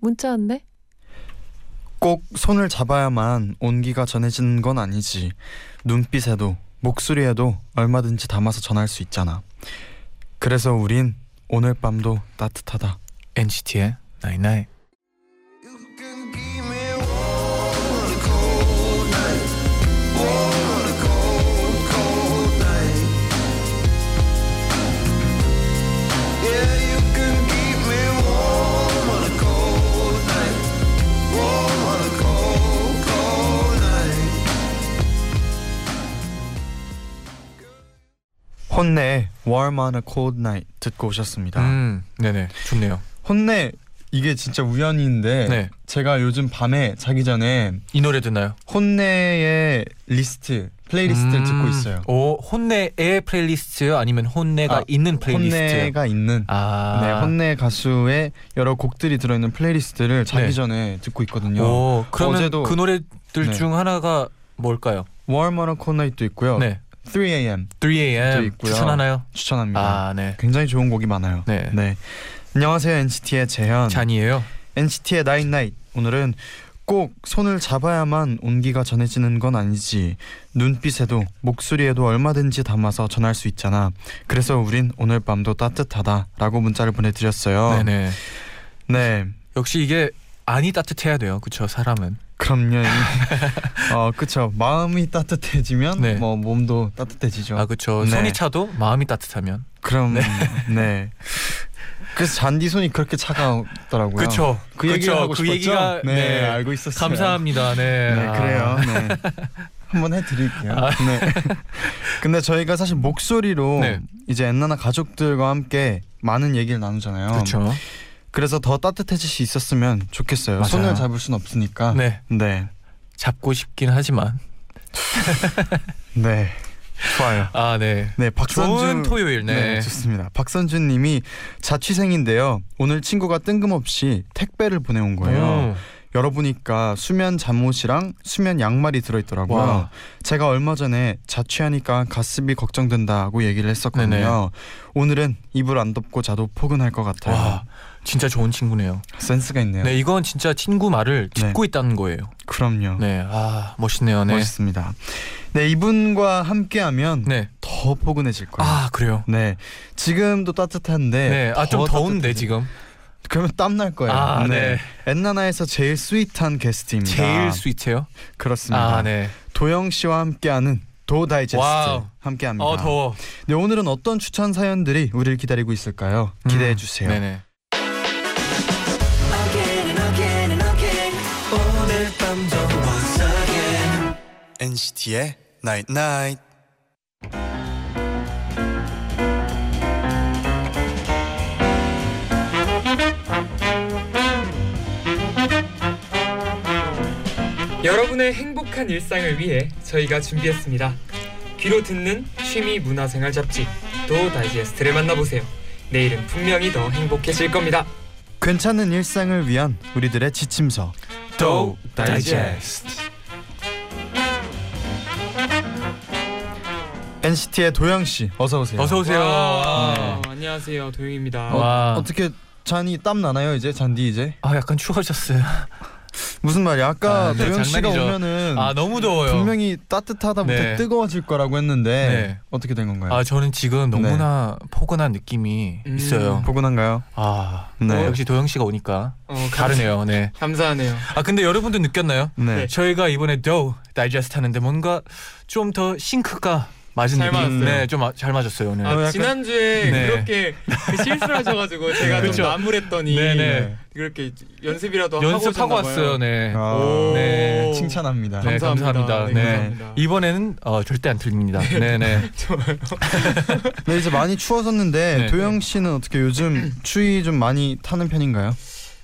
문자 왔네. 꼭 손을 잡아야만 온기가 전해지는 건 아니지. 눈빛에도 목소리에도 얼마든지 담아서 전할 수 있잖아. 그래서 우린 오늘 밤도 따뜻하다. NCT의 Night Night. 혼내 Warm on a Cold Night 듣고 오셨습니다. 음, 네네, 좋네요. 혼내 이게 진짜 우연인데 네, 제가 요즘 밤에 자기 전에 이 노래 듣나요? 혼내의 리스트 플레이리스트를 음, 듣고 있어요. 오, 혼내의 플레이리스트 아니면 혼내가 아, 있는 플레이리스트. 혼내가 있는 아, 네, 혼내 가수의 여러 곡들이 들어있는 플레이리스트를 자기 네. 전에 듣고 있거든요. 오, 그러면 어제도- 그 노래들 네. 중 하나가 뭘까요? Warm on a Cold Night도 있고요. 네, 3AM 3AM 또 있고요. 음. 추천하나요? 추천합니다. 아, 네, 굉장히 좋은 곡이 많아요. 네, 네. 안녕하세요 NCT의 재현. 잔이에요. NCT의 나인 나잇 오늘은 꼭 손을 잡아야만 온기가 전해지는 건 아니지 눈빛에도 목소리에도 얼마든지 담아서 전할 수 있잖아 그래서 우린 오늘 밤도 따뜻하다라고 문자를 보내드렸어요 네네. 네 역시 이게 안이 따뜻해야 돼요, 그쵸 사람은. 그럼요 이- 어 그쵸 마음이 따뜻해지면 네. 뭐 몸도 따뜻해지죠 아, 그쵸 네. 손이 차도 마음이 따뜻하면. 그럼 네. 그래서 잔디 손이 그렇게 차가웠더라고요 그쵸. 그 얘기를 그쵸, 하고 그 싶었죠 얘기가 네, 네, 알고 있었어요 감사합니다. 네. 네, 아. 그래요. 네. 한번 해드릴게요. 네. 근데 저희가 사실 목소리로 네. 이제 엔나나 가족들과 함께 많은 얘기를 나누잖아요. 그렇죠. 래서더 따뜻해질 수 있었으면 좋겠어요. 맞아요. 손을 잡을 순 없으니까. 네. 네. 네. 잡고 싶긴 하지만. 네. 좋아요. 아, 네. 네, 박선주. 좋은 토요일. 네. 좋습니다. 박선주님이 자취생인데요. 오늘 친구가 뜬금없이 택배를 보내온 음. 거예요. 열어보니까 수면 잠옷이랑 수면 양말이 들어있더라고요. 와. 제가 얼마 전에 자취하니까 가습이 걱정된다고 얘기를 했었거든요. 네네. 오늘은 이불 안 덮고 자도 포근할 것 같아요. 와, 진짜 좋은 친구네요. 센스가 있네요. 네, 이건 진짜 친구 말을 네. 듣고 있다는 거예요. 그럼요. 네. 아, 멋있네요. 네. 멋있습니다. 네 이분과 함께하면 네. 더 포근해질 거예요. 아, 그래요. 네 지금도 따뜻한데 네. 아, 좀 더 더운데 따뜻해질- 지금. 그러면 땀 날 거예요. 아, 네. 엔나나에서 제일 스윗한 게스트입니다. 제일 스윗해요. 그렇습니다. 아, 네. 도영 씨와 함께하는 도 다이제스트 와우. 함께합니다. 어, 더워. 네, 오늘은 어떤 추천 사연들이 우리를 기다리고 있을까요? 기대해 음. 주세요. 네네. Again and again and again 오늘 밤도 once again NCT의 Night Night. 여러분의 행복한 일상을 위해 저희가 준비했습니다. 귀로 듣는 취미 문화생활 잡지 도 다이제스트를 만나보세요. 내일은 분명히 더 행복해질 겁니다. 괜찮은 일상을 위한 우리들의 지침서. 도 NCT의 도영 씨, 어서 오세요. 네. 어서 오세요. 와, 안녕하세요 도영입니다. 어, 와. 어떻게 잔이 땀 나나요 이제 잔디 이제 아, 약간 추워졌어요. 무슨 말이야 아까 아, 네, 도영 씨가 장난이죠. 오면은 아, 너무 더워요. 분명히 따뜻하다 못해 네. 뜨거워질 거라고 했는데 네. 어떻게 된 건가요? 아 저는 지금 너무나 포근한 느낌이 음. 있어요. 포근한가요? 아 네. 역시 도영 씨가 오니까 어, 다르네요. 네. 감사하네요. 아 근데 여러분도 느꼈나요? 네. 네. 저희가 이번에 도 다이제스트 하는데 뭔가 좀 더 싱크가 맞은 잘 느낌. 맞았어요. 네, 좀 잘 맞았어요 오늘. 아, 약간- 지난주에 네. 그렇죠. 그렇게 그 실수를 하셔가지고 제가 그쵸. 좀 나무랬더니 네네. 그렇게 연습이라도 하고 연습하고 오셨나 왔어요. 봐요. 네. 아, 오. 네, 칭찬합니다. 네, 감사합니다. 네, 네. 감사합니다. 이번에는 어, 절대 안 틀립니다. 네네. 좋아요. 네 이제 많이 추워졌는데 네. 음. 도영 씨는 어떻게 요즘 추위 좀 많이 타는 편인가요?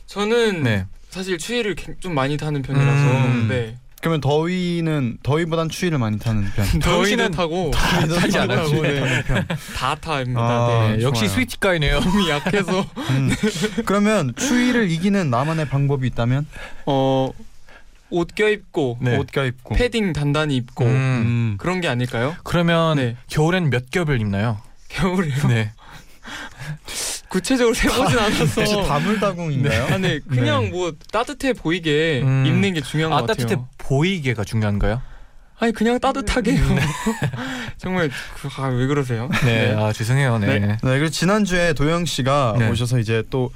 저는 네. 사실 추위를 굉- 좀 많이 타는 편이라서 음. 네. 그러면 더위는 더위보단 추위를 많이 타는 편. 더위는 더위는 타고 타지 않아요. 타고, 네. 다 타입니다. 아, 네. 네, 역시 좋아요. 스위트가이네요. 몸이 약해서 음. 그러면 추위를 이기는 나만의 방법이 있다면 어, 옷 껴입고 네. 옷 껴입고 패딩 단단히 입고 음. 음. 그런 게 아닐까요? 그러면 네. 겨울엔 몇 겹을 입나요? 겨울에요. 네. 구체적으로 세보진 혹시 어. 않아서. 다물다공인가요? 아, 네. 그냥 네. 뭐 따뜻해 보이게 음. 입는 게 중요한 아 것 같아요. 따뜻해 보이게가 중요한가요? 아니 그냥 따뜻하게요. 음. 네. 정말 그, 아, 왜 그러세요? 네. 아 죄송해요. 네. 네. 그리고 지난주에 도영 씨가 네. 오셔서 이제 또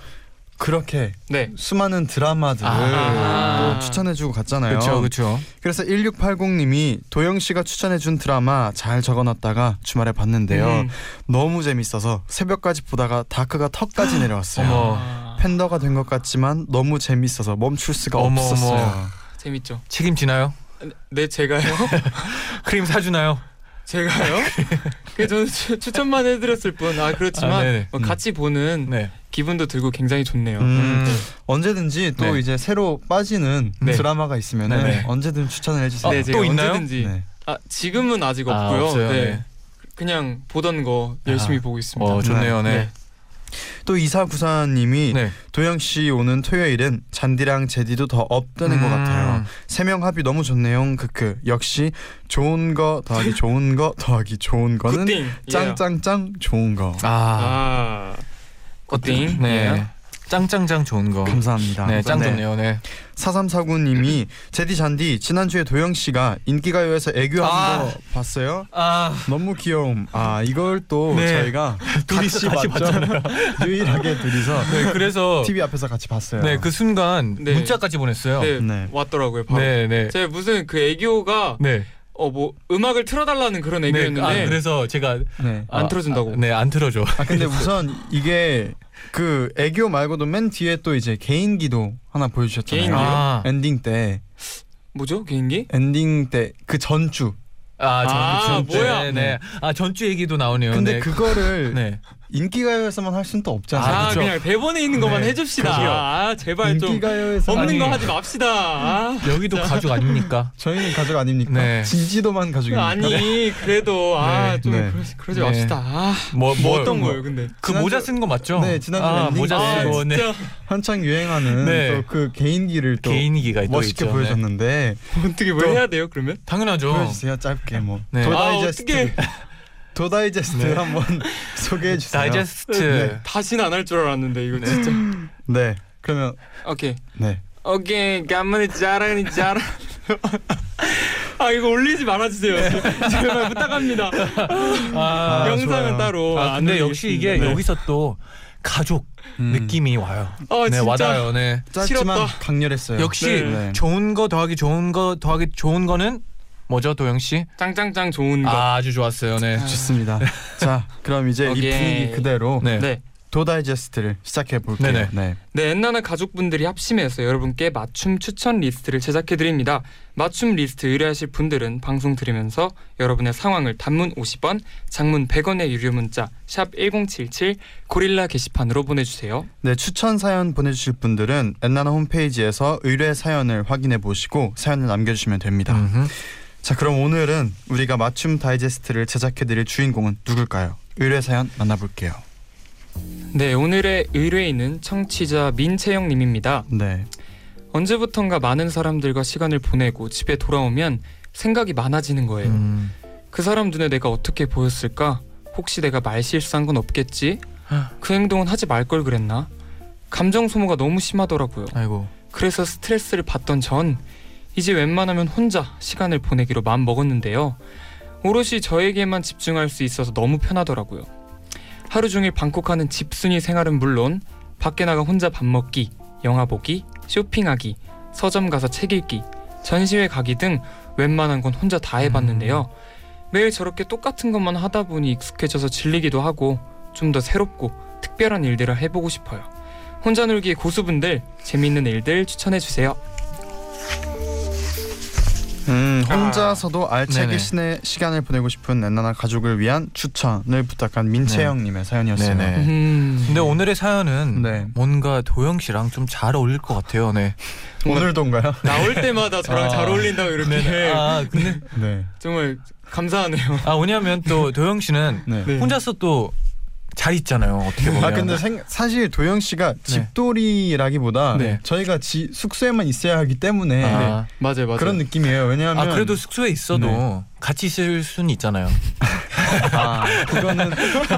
그렇게 네. 수많은 드라마들을 아. 또 추천해주고 갔잖아요. 그렇죠, 그렇죠. 그래서 1680님이 도영 씨가 추천해준 드라마 잘 적어놨다가 주말에 봤는데요. 음. 너무 재밌어서 새벽까지 보다가 다크가 턱까지 내려왔어요. 어머. 아, 팬더가 된 것 같지만 너무 재밌어서 멈출 수가 어머, 없었어요. 어머. 재밌죠. 책임지나요? 네 제가요. 크림 사주나요? 제가요? 그 저는 추, 추천만 해드렸을 뿐. 아 아, 그렇지만 네네. 뭐 같이 보는 네. 기분도 들고 굉장히 좋네요. 음, 음. 언제든지 또 네. 이제 새로 빠지는 네. 드라마가 있으면 네네. 언제든 추천을 해주세요. 네, 제가 또 있나요? 언제든지. 네. 아 지금은 아직 아, 없고요. 없어요. 네. 네. 그냥 보던 거 열심히 아. 보고 있습니다. 어 좋네요. 네. 네. 또 이사구사님이 네. 도영 씨 오는 토요일엔 잔디랑 제디도 더 업되는 것 음. 같아요. 세 명 합이 너무 좋네요. 크크. 역시 좋은 거 더하기 좋은 거 더하기 좋은 거는 굿띵. 짱짱짱 좋은 거. 아. 예. 아. 굿띵. 네. 예. 짱짱짱 좋은 거. 감사합니다. 네, 짱 좋네요. 네. 4349님이 제디 잔디 지난주에 도영 씨가 인기가요에서 애교한 아. 거 봤어요? 아, 너무 귀여움. 아 이걸 또 네. 저희가 둘이서 같이 봤잖아요. 유일하게 둘이서 네, 그래서 TV 앞에서 같이 봤어요. 네, 그 순간 네. 문자까지 보냈어요. 네, 네. 왔더라고요. 바로. 네, 네. 제가 무슨 그 애교가 네. 어 뭐 음악을 틀어달라는 그런 애교였는데 네. 아, 그래서 제가 네. 안 틀어준다고. 아, 네, 안 틀어줘. 아 근데 우선 이게 그 애교 말고도 맨 뒤에 또 이제 개인기도 하나 보여주셨잖아요. 개인기요? 아. 엔딩 때 뭐죠 개인기? 엔딩 때 그 전주. 아, 전, 아, 전주. 뭐야. 네, 네. 아, 전주 얘기도 나오네요. 근데 네. 그거를 네. 인기가요에서만 할 수는 또 없잖아요. 아, 그쵸. 그냥 대본에 있는 것만 그렇죠. 네, 해줍시다. 그죠. 아 제발 좀 인기가요에서 없는 아니. 거 하지 맙시다. 아. 여기도 가족 아닙니까? 저희는 가족 아닙니까? 네. 진지도만 가족입니까? 아니 그래도 아 네, 좀 네. 그러지, 그러지 네. 맙시다. 아, 뭐, 뭐 어떤 거예요 근데? 그 지난주- 모자 쓴 거 맞죠? 네, 지난주 아, 랜딩 모자 때. 쓰고 아 네. 진짜 한창 유행하는 네. 또 그 개인기를 또 개인기가 또 멋있게 있죠. 네. 보여줬는데 뭐 어떻게 뭘 해야 돼요 그러면? 당연하죠. 보여주세요 짧게 뭐 네. 아 도다이제스트 어떻게 도다이제스트 네. 한번 소개해 주세요. 다이제스트. 네. 다시는 안 할 줄 알았는데 이거 진짜. 네 그러면 오케이 네 오케이 간만에 자라니 자라. 아 이거 올리지 말아주세요 네. 제발 부탁합니다. 아, 아, 영상은 좋아요. 따로. 아, 안 근데 역시 이게 올리겠습니다. 네. 여기서 또 가족 음. 느낌이 와요. 아, 네, 진짜. 와닿아요. 네. 짧지만 싫었다. 강렬했어요. 역시 네. 좋은 거 더하기 좋은 거 더하기 좋은 거는 뭐죠, 도영 씨? 짱짱짱 좋은 거. 아, 아주 좋았어요. 네. 좋습니다. 자 그럼 이제 이 오케이. 분위기 그대로 네. 네. 도다이제스트를 시작해 볼게요. 네네. 네. 네, 엔나나 가족분들이 합심해서 여러분께 맞춤 추천 리스트를 제작해 드립니다. 맞춤 리스트 의뢰하실 분들은 방송 들으면서 여러분의 상황을 단문 50원, 장문 100원의 유료 문자 샵 #1077 고릴라 게시판으로 보내주세요. 네, 추천 사연 보내주실 분들은 엔나나 홈페이지에서 의뢰 사연을 확인해 보시고 사연을 남겨주시면 됩니다. 음흠. 자, 그럼 오늘은 우리가 맞춤 다이제스트를 제작해드릴 주인공은 누굴까요? 의뢰 사연 만나볼게요. 네, 오늘의 의뢰인은 청취자 민채영님입니다. 네, 언제부턴가 많은 사람들과 시간을 보내고 집에 돌아오면 생각이 많아지는 거예요. 음. 그 사람 눈에 내가 어떻게 보였을까? 혹시 내가 말실수한 건 없겠지? 그 행동은 하지 말 걸 그랬나? 감정 소모가 너무 심하더라고요. 아이고. 그래서 스트레스를 받던 전 이제 웬만하면 혼자 시간을 보내기로 마음 먹었는데요. 오롯이 저에게만 집중할 수 있어서 너무 편하더라고요. 하루 종일 방콕하는 집순이 생활은 물론 밖에 나가 혼자 밥 먹기, 영화 보기, 쇼핑하기, 서점 가서 책 읽기, 전시회 가기 등 웬만한 건 혼자 다 해봤는데요. 매일 저렇게 똑같은 것만 하다 보니 익숙해져서 질리기도 하고 좀 더 새롭고 특별한 일들을 해보고 싶어요. 혼자 놀기 고수분들 재미있는 일들 추천해 주세요. 음, 혼자서도 아. 네네. 알차게 시내, 시간을 보내고 싶은 렌나나 가족을 위한 추천을 부탁한 민채영님의 네네. 사연이었어요. 음. 근데 오늘의 사연은 네. 뭔가 도영 씨랑 좀 잘 어울릴 것 같아요. 네. 오늘도인가요? 나올 때마다 저랑 아. 잘 어울린다고 이렇게 아 근데 네. 정말 감사하네요. 아 왜냐하면 또 도영 씨는 네. 네. 혼자서 또 잘 있잖아요. 어떻게 보면. 아 근데 생, 사실 도영 씨가 집돌이라기보다 네. 저희가 지, 숙소에만 있어야 하기 때문에 아, 맞아요, 맞아요. 그런 느낌이에요. 아 왜냐하면 그래도 숙소에 있어도 네. 같이 있을 순 있잖아요. 아, 그거는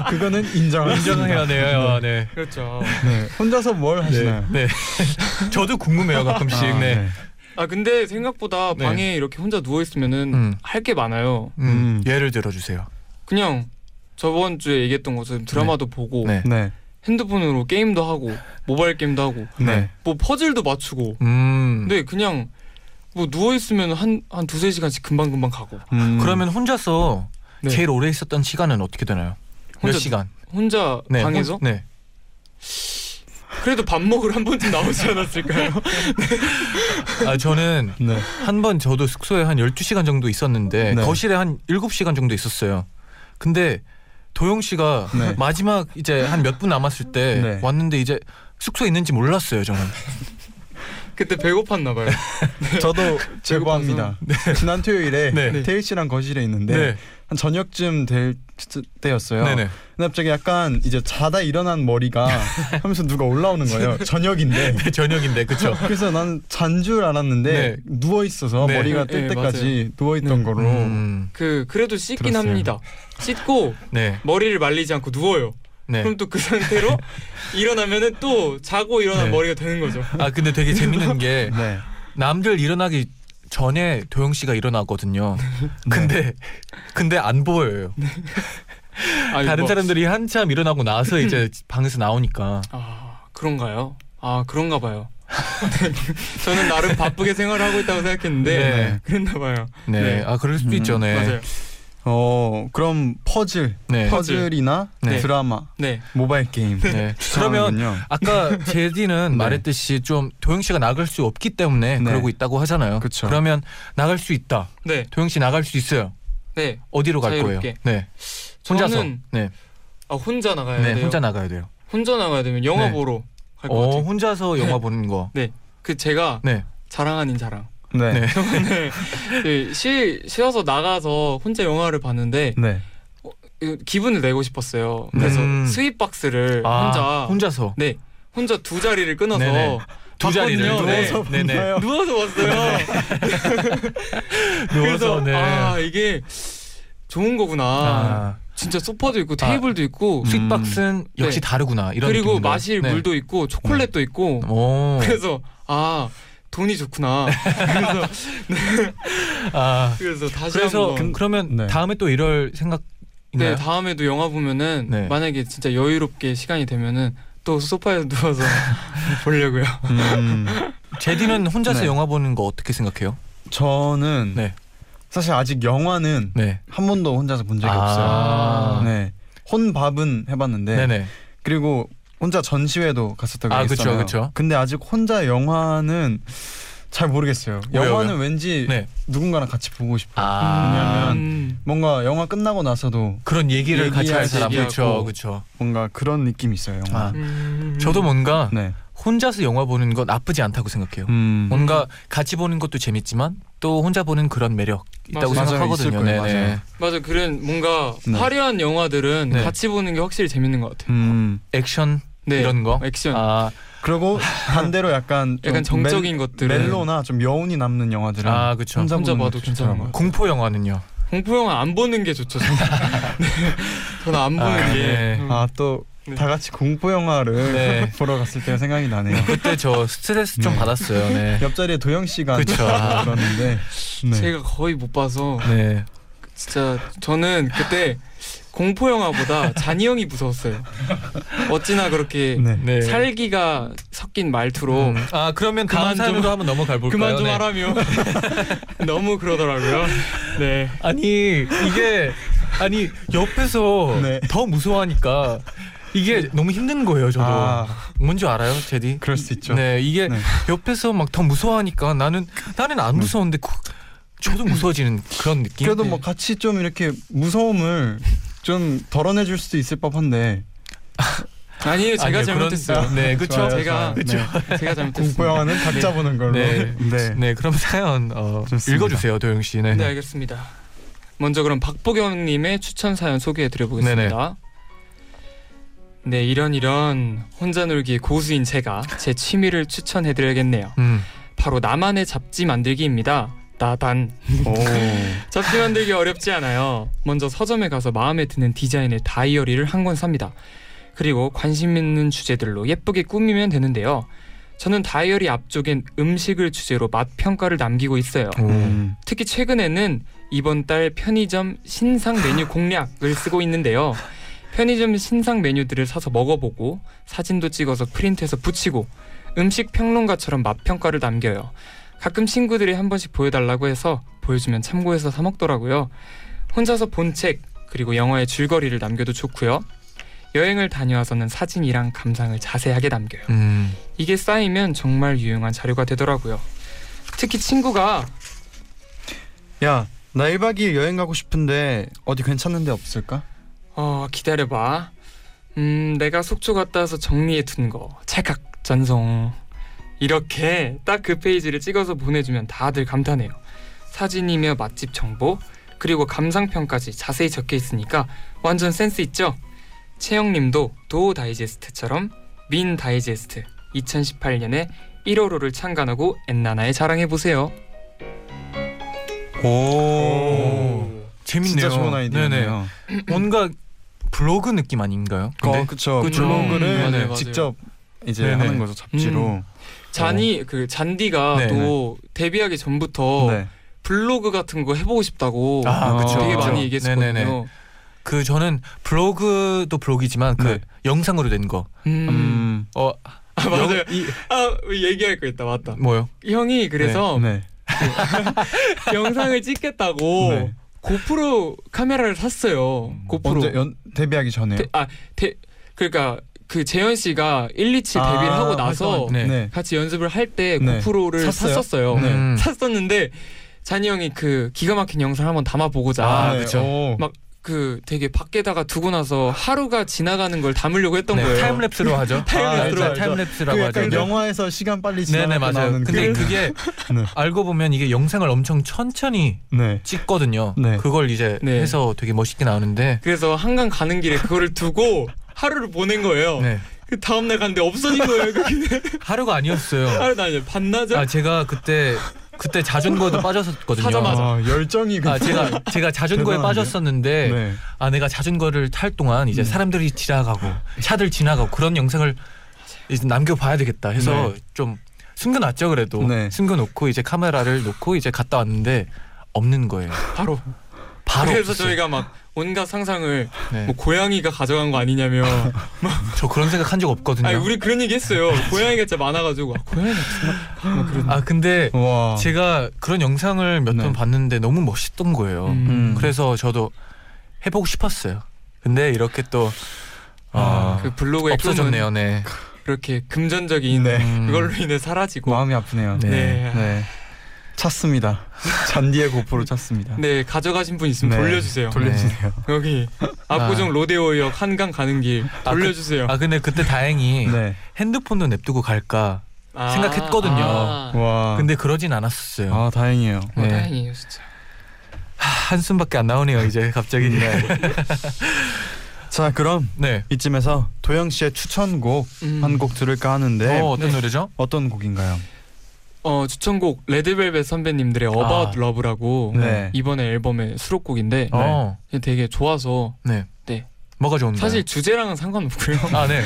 그거는 아, 인정. 인정해야 돼요. 네. 그렇죠. 네. 혼자서 뭘 하시나요? 네. 저도 궁금해요 가끔씩. 아, 네. 아 근데 생각보다 네. 방에 이렇게 혼자 누워 있으면은 음. 할 게 많아요. 음, 예를 들어주세요. 그냥 저번 주에 얘기했던 것처럼 드라마도 보고 네. 네. 핸드폰으로 게임도 하고 모바일 게임도 하고 네. 뭐 퍼즐도 맞추고 음. 근데 그냥 뭐 누워 있으면 한한 두세 시간씩 금방 금방 가고 음. 아, 그러면 혼자서 네. 제일 오래 있었던 시간은 어떻게 되나요? 몇 혼자- 시간? 혼자 방에서 혼- 네. 그래도 밥 먹으러 한 번쯤 나오지 않았을까요? 아 저는 네. 한 번 저도 숙소에 한 12시간 정도 있었는데 네. 거실에 한 7시간 정도 있었어요. 근데 도영 씨가 네. 마지막 이제 한 몇 분 남았을 때 네. 왔는데 이제 숙소에 있는지 몰랐어요, 저는. 그때 배고팠나 봐요. 저도 제보합니다. 지난 토요일에 네. 태일 씨랑 거실에 있는데 한 저녁쯤 될 때였어요. 네, 네. 근데 갑자기 약간 이제 자다 일어난 머리가 하면서 누가 올라오는 거예요. 저녁인데. 네, 저녁인데. 그쵸 그래서 난 잔 줄 알았는데 네. 누워 있어서 네. 머리가 네, 뜰 네, 때까지 누워 있던 거로. 음. 그 그래도 씻긴 들었어요. 합니다. 씻고 네. 머리를 말리지 않고 누워요. 네. 그럼 또 그 상태로 일어나면은 또 자고 일어난 네. 머리가 되는 거죠. 아 근데 되게 재밌는 게 네. 남들 일어나기 전에 도영 씨가 일어나거든요. 근데 근데 안 보여요. 아니, 다른 뭐- 사람들이 한참 일어나고 나서 이제 방에서 나오니까. 아 그런가요? 아 그런가 봐요. 저는 나름 바쁘게 생활하고 있다고 생각했는데 네. 그랬나 봐요. 네. 네. 아 그럴 수도 음, 있죠. 네. 맞아요. 어 그럼 퍼즐, 네. 퍼즐이나 네. 드라마, 네. 모바일 게임. 네. 그러면 추천하는군요. 아까 제디는 네. 말했듯이 좀 도영 씨가 나갈 수 없기 때문에 네. 그러고 있다고 하잖아요. 그쵸. 러면 나갈 수 있다. 네. 도영 씨 나갈 수 있어요. 네. 어디로 갈 거예요? 자유롭게. 네. 혼자서. 저는 네. 아 혼자 나가야 네. 돼요. 혼자 나가야 돼요. 혼자 나가야 되면 영화 네. 보러 갈 것 어, 같아요. 혼자서 영화 네. 보는 거. 그 제가 네. 자랑 아닌 자랑. 네. 네. 네. 그 쉬, 쉬어서 나가서 혼자 영화를 봤는데 네. 그 기분을 내고 싶었어요. 네. 그래서 음. 스윗 박스를 아, 혼자 혼자서. 네 혼자 두 자리를 끊어서 네네. 두 자리를 봤거든요. 네. 누워서 네네. 봤나요? 누워서 봤어요. 네, 누워서 그래서 네. 아 이게 좋은 거구나. 아. 진짜 소파도 있고 아. 테이블도 있고 음. 스윗박스는 역시 네. 다르구나 이런 그리고 느낌인가요? 마실 네. 음. 물도 있고 초콜릿도 있고 오. 그래서 아 돈이 좋구나. 네. 그래서 아. 그래서 다시 그래서 한번 그, 러면 네. 다음에 또 이럴 생각 있나요? 네 다음에도 영화 보면은 네. 만약에 진짜 여유롭게 시간이 되면은 또 소파에 누워서 보려고요. 음, 제디는 혼자서 네. 음. 영화 보는 거 어떻게 생각해요? 저는 네. 사실 아직 영화는 네. 한 번도 혼자서 본 적이 아. 없어요. 네. 혼밥은 해봤는데 네. 네 그리고 혼자 전시회도 갔었다고 아, 했잖아요. 그쵸, 그쵸. 근데 아직 혼자 영화는 잘 모르겠어요. 왜요, 영화는 왠지 네. 누군가랑 같이 보고 싶어. 아. 왜냐면 음. 뭔가 영화 끝나고 나서도 그런 얘기를 같이 할 얘기할 사람 얘기하고. 그렇죠. 그렇죠. 뭔가 그런 느낌이 있어요. 영화. 아. 음. 저도 뭔가 네. 혼자서 영화 보는 거 나쁘지 않다고 생각해요. 음. 뭔가 같이 보는 것도 재밌지만 또 혼자 보는 그런 매력 있다고 맞아요. 생각하거든요. 맞아요, 있을 거예요. 네네. 맞아요. 맞아 그런 뭔가 네. 화려한 영화들은 네. 같이 보는 게 확실히 재밌는 것 같아요. 음. 액션 이런 거. 네. 액션 아, 그리고 반대로 약간 좀 약간 멜, 정적인 것들은 멜로나 좀 여운이 남는 영화들은 아 그렇죠. 혼자, 혼자 보는 봐도 것도 좋더라고요. 괜찮은 공포 영화는요. 공포 영화 안 보는 게 좋죠. 저는, 네. 저는 안 보는 아, 게. 네. 음. 아 또 네. 다 같이 공포 영화를 네. 보러 갔을 때가 생각이 나네요. 그때 저 스트레스 좀 네. 받았어요. 네. 옆자리에 도영 씨가 그쵸. 앉아서 그러는데 네. 제가 거의 못 봐서 네. 진짜 저는 그때 공포 영화보다 잔이 형이 무서웠어요. 어찌나 그렇게 네. 네. 살기가 섞인 말투로 음. 아 그러면 다음 그만 좀- 사연으로 한번 넘어가 볼까요? 그만 좀 네. 하라며 너무 그러더라고요. 네. 아니 이게 아니 옆에서 네. 더 무서워하니까 이게 너무 힘든 거예요. 저도 아 뭔지 알아요, 제디? 그럴 수 있죠. 네 이게 네. 옆에서 막 더 무서워하니까 나는 나는 안 무서운데 그, 조금 무서워지는 그런 느낌. 그래도 뭐 같이 좀 이렇게 무서움을 좀 덜어내줄 수도 있을 법한데 아니에요 제가 아니요, 잘못했어요. 그런- 네, 그쵸. 좋아요, 좋아요. 제가 네. 네, 제가 공포 잘못했어요. 영화는 각자 보는 걸로. 네. 네. 네, 그럼 사연 어, 좋습니다. 읽어주세요, 도영 씨. 네. 네 알겠습니다. 먼저 그럼 박보경님의 추천 사연 소개해드려보겠습니다. 네 이런 이런 혼자 놀기 고수인 제가 제 취미를 추천해드려야겠네요. 음. 바로 나만의 잡지 만들기입니다. 나단 오. 잡지 만들기 어렵지 않아요. 먼저 서점에 가서 마음에 드는 디자인의 다이어리를 한 권 삽니다. 그리고 관심 있는 주제들로 예쁘게 꾸미면 되는데요. 저는 다이어리 앞쪽엔 음식을 주제로 맛 평가를 남기고 있어요. 음. 특히 최근에는 이번 달 편의점 신상 메뉴 공략을 쓰고 있는데요. 편의점 신상 메뉴들을 사서 먹어보고 사진도 찍어서 프린트해서 붙이고 음식 평론가처럼 맛 평가를 남겨요. 가끔 친구들이 한 번씩 보여달라고 해서 보여주면 참고해서 사 먹더라고요. 혼자서 본 책 그리고 영화의 줄거리를 남겨도 좋고요. 여행을 다녀와서는 사진이랑 감상을 자세하게 남겨요. 음. 이게 쌓이면 정말 유용한 자료가 되더라고요. 특히 친구가 야, 나 1박 2일 여행 가고 싶은데 어디 괜찮은 데 없을까? 어 기다려봐. 음 내가 속초 갔다 와서 정리해 둔 거. 찰칵 전송. 이렇게 딱 그 페이지를 찍어서 보내주면 다들 감탄해요. 사진이며 맛집 정보 그리고 감상평까지 자세히 적혀 있으니까 완전 센스 있죠. 채영님도 도 다이제스트처럼 민 다이제스트 2018년에 1월호를 창간하고 엔나나에 자랑해 보세요. 오. 재밌네요. 진짜 좋은 네네. 아이디어네요. 음. 뭔가 블로그 느낌 아닌가요? 어, 근데? 그쵸. 그쵸. 블로그를 음, 맞아요, 맞아요. 직접 이제 네네. 음. 하는 거죠, 잡지로. 잔이 그 잔디가 어. 네, 또 데뷔하기 전부터 어. 네. 블로그 같은 거 해보고 싶다고 아, 그쵸. 되게 그쵸. 많이 얘기했었거든요. 네네네. 그 저는 블로그도 블로그지만 그 네. 영상으로 된 거. 음. 음. 어, 아 맞아요. 이, 아 얘기할 거 있다 맞다. 뭐요? 형이 어. 그래서 네. 영상을 찍겠다고 네. 음. 고프로 카메라를 샀어요. 고프로. 언제 연 데뷔하기 전에요? 데, 아 데, 그러니까 그 재현 씨가 127 아, 데뷔를 하고 나서 네. 네. 같이 연습을 할 때 네. 고프로를 샀어요? 샀었어요. 네. 음. 샀었는데 잔이 형이 그 기가 막힌 영상 을 한번 담아 보고자 아, 그쵸. 네. 오. 막- 그 되게 밖에다가 두고 나서 하루가 지나가는 걸 담으려고 했던 네, 거예요. 타임랩스로 하죠. 아, 타임랩스로 알죠, 알죠. 타임랩스라고 그 하죠. 약간 영화에서 시간 빨리 네. 네네 지나가는 맞아요. 근데 그게 네. 알고 보면 이게 영상을 엄청 천천히 네. 찍거든요. 네. 그걸 이제 네. 해서 되게 멋있게 나오는데. 그래서 한강 가는 길에 그거를 두고 하루를 보낸 거예요. 어. 네. 그 다음 날 갔는데 없어진 거예요. 그게 하루가 아니었어요. 하루 다녀 반나절. 아 제가 그때 그때 자전거에도 빠졌었거든요. 사자마자. 아, 열정이 아 근데- 제가 제가 자전거에 대단한데요? 빠졌었는데 네. 아내가 자전거를 탈 동안 이제 네. 사람들이 지나가고 차들 지나가고 그런 영상을 이제 남겨봐야 되겠다 해서 좀 숨겨놨죠 그래도 네. 숨겨놓고 이제 카메라를 놓고 이제 갔다 왔는데 없는 거예요 바로. 바로 그래서 없었어요. 저희가 막 온갖 상상을 네. 뭐 고양이가 가져간 거 아니냐며. 저 그런 생각 한 적 없거든요 아니 우리 그런 얘기 했어요. 고양이가 진짜 많아가지고 아, 고양이가 진짜 막 그런. 아 근데 와. 제가 그런 영상을 몇 번 어. 네. 봤는데 너무 멋있던 거예요 음. 그래서 저도 해보고 싶었어요 근데 이렇게 또 아, 그 블로그에 없어졌네요 네 그렇게 금전적인 네. 음. 그걸로 인해 사라지고. 마음이 아프네요. 네. 네. 네. 찾습니다. 잔디의 고프로 찾습니다. 네 가져가신 분 있으면 네. 돌려주세요. 돌려주세요. 여기 압구정 로데오역 한강 가는 길 아, 돌려주세요. 아 근데 그때 다행히 네. 핸드폰도 냅두고 갈까 아, 생각했거든요. 아, 와. 근데 그러진 않았었어요. 아 다행이에요. 뭐 네. 다행이에요 진짜. 하, 한숨밖에 안 나오네요 이제 갑자기. 네. 자 그럼 네. 이쯤에서 도영 씨의 추천곡 음. 한 곡 들을까 하는데 어, 어떤 네. 노래죠? 어떤 곡인가요? 어 추천곡 레드벨벳 선배님들의 About Love라고 네. 이번에 앨범의 수록곡인데 아. 어. 되게 좋아서 네. 네. 뭐가 좋은데? 사실 주제랑은 상관없고요. 아 네.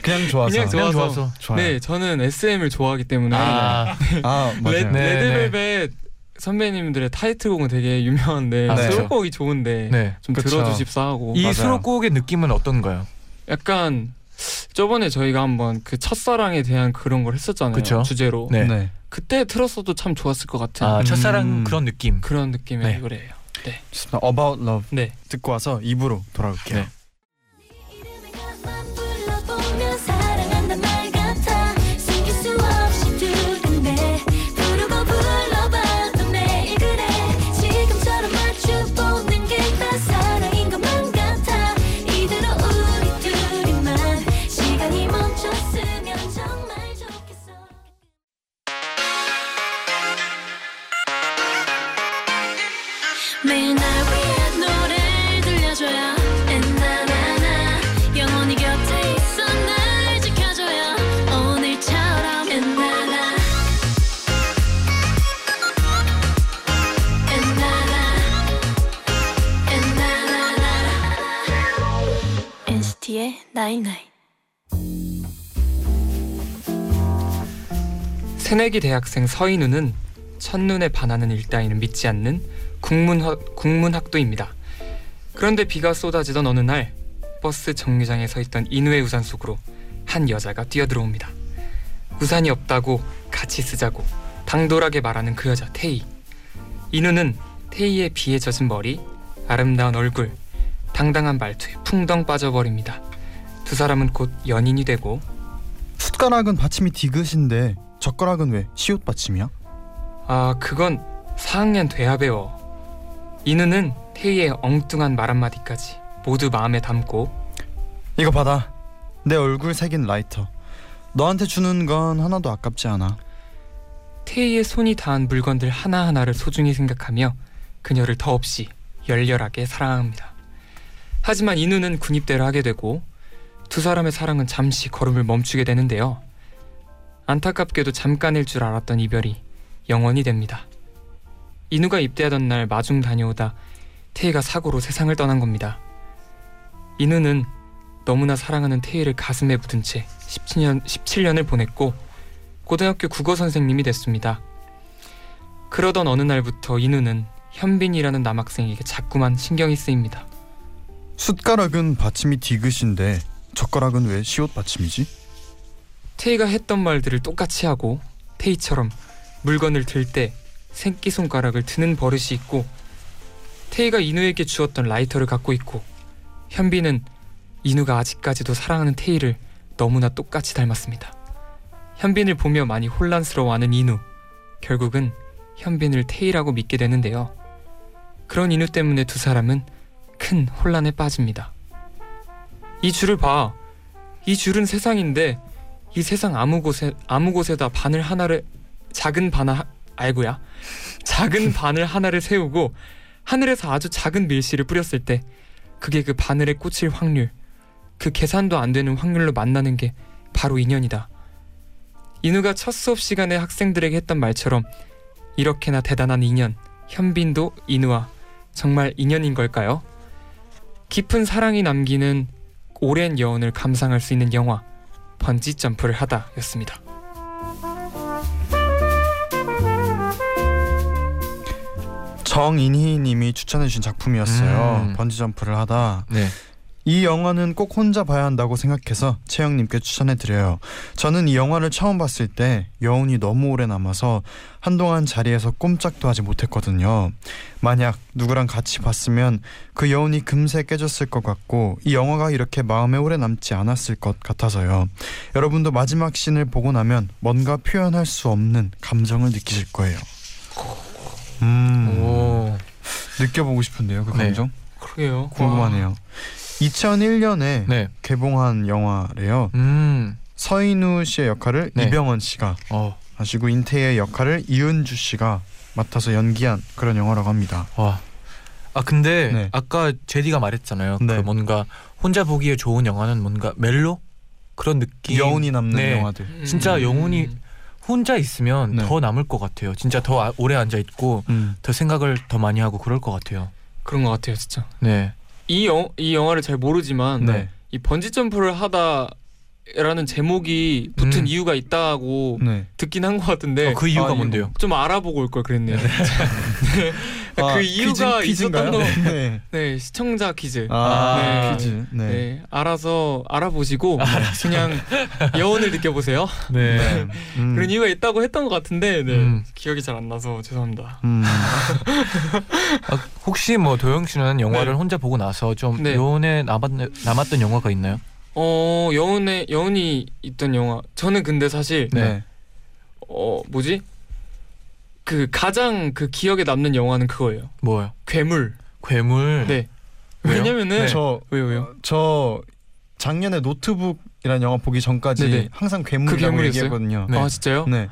그냥 좋아서. 그냥 그냥 좋아서. 좋아서. 좋아요. 네 저는 SM을 좋아하기 때문에 아. 아 레, 맞아요. 네. 레드벨벳 선배님들의 타이틀곡은 되게 유명한데 아, 네. 수록곡이 좋은데 네. 좀 그쵸. 들어주십사 하고 이 맞아요. 수록곡의 느낌은 어떤가요? 약간 저번에 저희가 한번 그 첫사랑에 대한 그런 걸 했었잖아요. 그쵸. 주제로. 네. 그때 틀었어도 참 좋았을 것 같은 아, 첫사랑 음. 그런 느낌. 그런 느낌의 네. 노래예요. 좋습니다. About Love 네. 듣고 와서 입으로 돌아올게요. 네. 이름을 한번 불러보면 사랑한단 말 같아 숨길 수 없이 두근대 부르고 불러봐도 매일 그래 night night 새내기 대학생 서인우는 첫눈에 반하는 일 따위는 믿지 않는 국문학, 국문학도입니다. 그런데 비가 쏟아지던 어느 날 버스 정류장에 서 있던 인우의 우산 속으로 한 여자가 뛰어들어옵니다. 우산이 없다고 같이 쓰자고 당돌하게 말하는 그 여자 태희. 인우는 태희의 비에 젖은 머리, 아름다운 얼굴, 당당한 말투에 풍덩 빠져버립니다. 두 사람은 곧 연인이 되고 숟가락은 받침이 디귿인데 젓가락은 왜 시옷 받침이야? 아 그건 4학년 돼야 배워 인우는 태희의 엉뚱한 말 한마디까지 모두 마음에 담고 이거 받아. 내 얼굴 새긴 라이터. 너한테 주는 건 하나도 아깝지 않아. 태희의 손이 닿은 물건들 하나하나를 소중히 생각하며 그녀를 더없이 열렬하게 사랑합니다 하지만 인우는 군입대를 하게 되고 두 사람의 사랑은 잠시 걸음을 멈추게 되는데요 안타깝게도 잠깐일 줄 알았던 이별이 영원히 됩니다 인우가 입대하던 날 마중 다녀오다 태희가 사고로 세상을 떠난 겁니다. 인우는 너무나 사랑하는 태희를 가슴에 묻은 채 17년, 17년을 보냈고 고등학교 국어 선생님이 됐습니다. 그러던 어느 날부터 인우는 현빈이라는 남학생에게 자꾸만 신경이 쓰입니다. 숟가락은 받침이 디귿인데 젓가락은 왜 시옷 받침이지? 태희가 했던 말들을 똑같이 하고 태희처럼 물건을 들 때 생기 손가락을 드는 버릇이 있고 태희가 인우에게 주었던 라이터를 갖고 있고 현빈은 인우가 아직까지도 사랑하는 태희를 너무나 똑같이 닮았습니다. 현빈을 보며 많이 혼란스러워하는 인우 결국은 현빈을 태희라고 믿게 되는데요. 그런 인우 때문에 두 사람은 큰 혼란에 빠집니다. 이 줄을 봐. 이 줄은 세상인데 이 세상 아무 곳에 아무 곳에다 바늘 하나를 작은 바나 아이고야 작은 바늘 하나를 세우고 하늘에서 아주 작은 밀실을 뿌렸을 때 그게 그 바늘에 꽂힐 확률 그 계산도 안 되는 확률로 만나는 게 바로 인연이다 인우가 첫 수업 시간에 학생들에게 했던 말처럼 이렇게나 대단한 인연 현빈도 인우와 정말 인연인 걸까요? 깊은 사랑이 남기는 오랜 여운을 감상할 수 있는 영화 번지 점프를 하다였습니다. 정인희님이 추천해주신 작품이었어요. 음. 번지 점프를 하다. 네. 이 영화는 꼭 혼자 봐야 한다고 생각해서 채영님께 추천해드려요. 저는 이 영화를 처음 봤을 때 여운이 너무 오래 남아서 한동안 자리에서 꼼짝도 하지 못했거든요. 만약 누구랑 같이 봤으면 그 여운이 금세 깨졌을 것 같고 이 영화가 이렇게 마음에 오래 남지 않았을 것 같아서요. 여러분도 마지막 씬을 보고 나면 뭔가 표현할 수 없는 감정을 느끼실 거예요. 음, 오. 느껴보고 싶은데요, 그 네. 감정. 그러게요. 궁금하네요. 2001년에 네. 개봉한 영화래요. 음. 서인우 씨의 역할을 네. 이병헌 씨가 어. 하시고 인태의 역할을 이은주 씨가 맡아서 연기한 그런 영화라고 합니다. 와. 아 근데 네. 아까 제디가 말했잖아요. 네. 그 뭔가 혼자 보기에 좋은 영화는 뭔가 멜로 그런 느낌. 여운이 남는 네. 영화들. 음. 진짜 영혼이 혼자 있으면 네. 더 남을 것 같아요. 진짜 더 아- 오래 앉아 있고 음. 더 생각을 더 많이 하고 그럴 것 같아요. 그런 것 같아요, 진짜. 네. 이영이 영화를 잘 모르지만 네. 이 번지 점프를 하다라는 제목이 붙은 음. 이유가 있다고 네. 아, 듣긴 한 것 같은데 어, 그 이유가 이거 뭔데요? 좀 알아보고 올 걸 그랬네요. 그 아, 이유가 퀴즈- 있었던 거. 퀴즈인가요? 네. 네 시청자 퀴즈. 아, 네. 퀴즈. 네. 네. 알아서 알아보시고 그냥 여운을 느껴보세요. 네. 음. 그런 이유가 있다고 했던 것 같은데 네. 음. 기억이 잘 안 나서 죄송합니다. 음. 아, 혹시 뭐 도영 씨는 영화를 혼자 보고 나서 좀 네. 여운에 남았, 남았던 영화가 있나요? 어 여운에 여운이 있던 영화. 저는 근데 사실 네. 네. 어 뭐지 그 가장 그 기억에 남는 영화는 그거예요. 뭐요? 괴물. 괴물. 네. 왜요? 네. 왜냐면은 네. 저, 왜요 왜요? 저 작년에 노트북이라는 영화 보기 전까지 네네. 항상 괴물이라고 괴물이었어요? 얘기했거든요. 네. 아 진짜요? 네.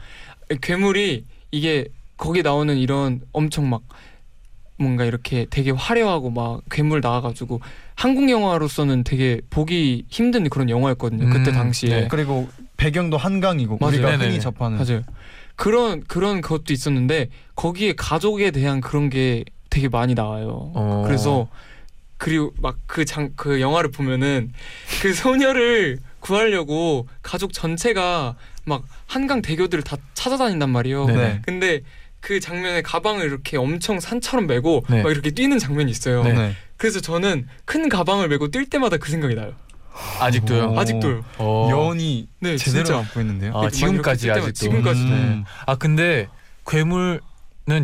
괴물이 이게 거기 나오는 이런 엄청 막 뭔가 이렇게 되게 화려하고 막 괴물 나와가지고 한국 영화로서는 되게 보기 힘든 그런 영화였거든요. 그때 음, 당시에 네. 그리고 배경도 한강이고 맞아요. 우리가 네네네. 흔히 접하는 맞아요. 그런 그런 것도 있었는데 거기에 가족에 대한 그런 게 되게 많이 나와요. 어. 그래서 그리고 막 그 장 그 영화를 보면은 그 소녀를 구하려고 가족 전체가 막 한강 대교들을 다 찾아다닌단 말이에요. 네. 근데 그 장면에 가방을 이렇게 엄청 산처럼 메고 네. 막 이렇게 뛰는 장면이 있어요. 네. 그래서 저는 큰 가방을 메고 뛸 때마다 그 생각이 나요. 아직도요. 오. 아직도요. 어. 여운이 네, 제대로 진짜. 안고 있는데요. 아, 지금까지 막 이렇게 아직도. 뛸 때마다 지금까지. 음. 아 근데 괴물은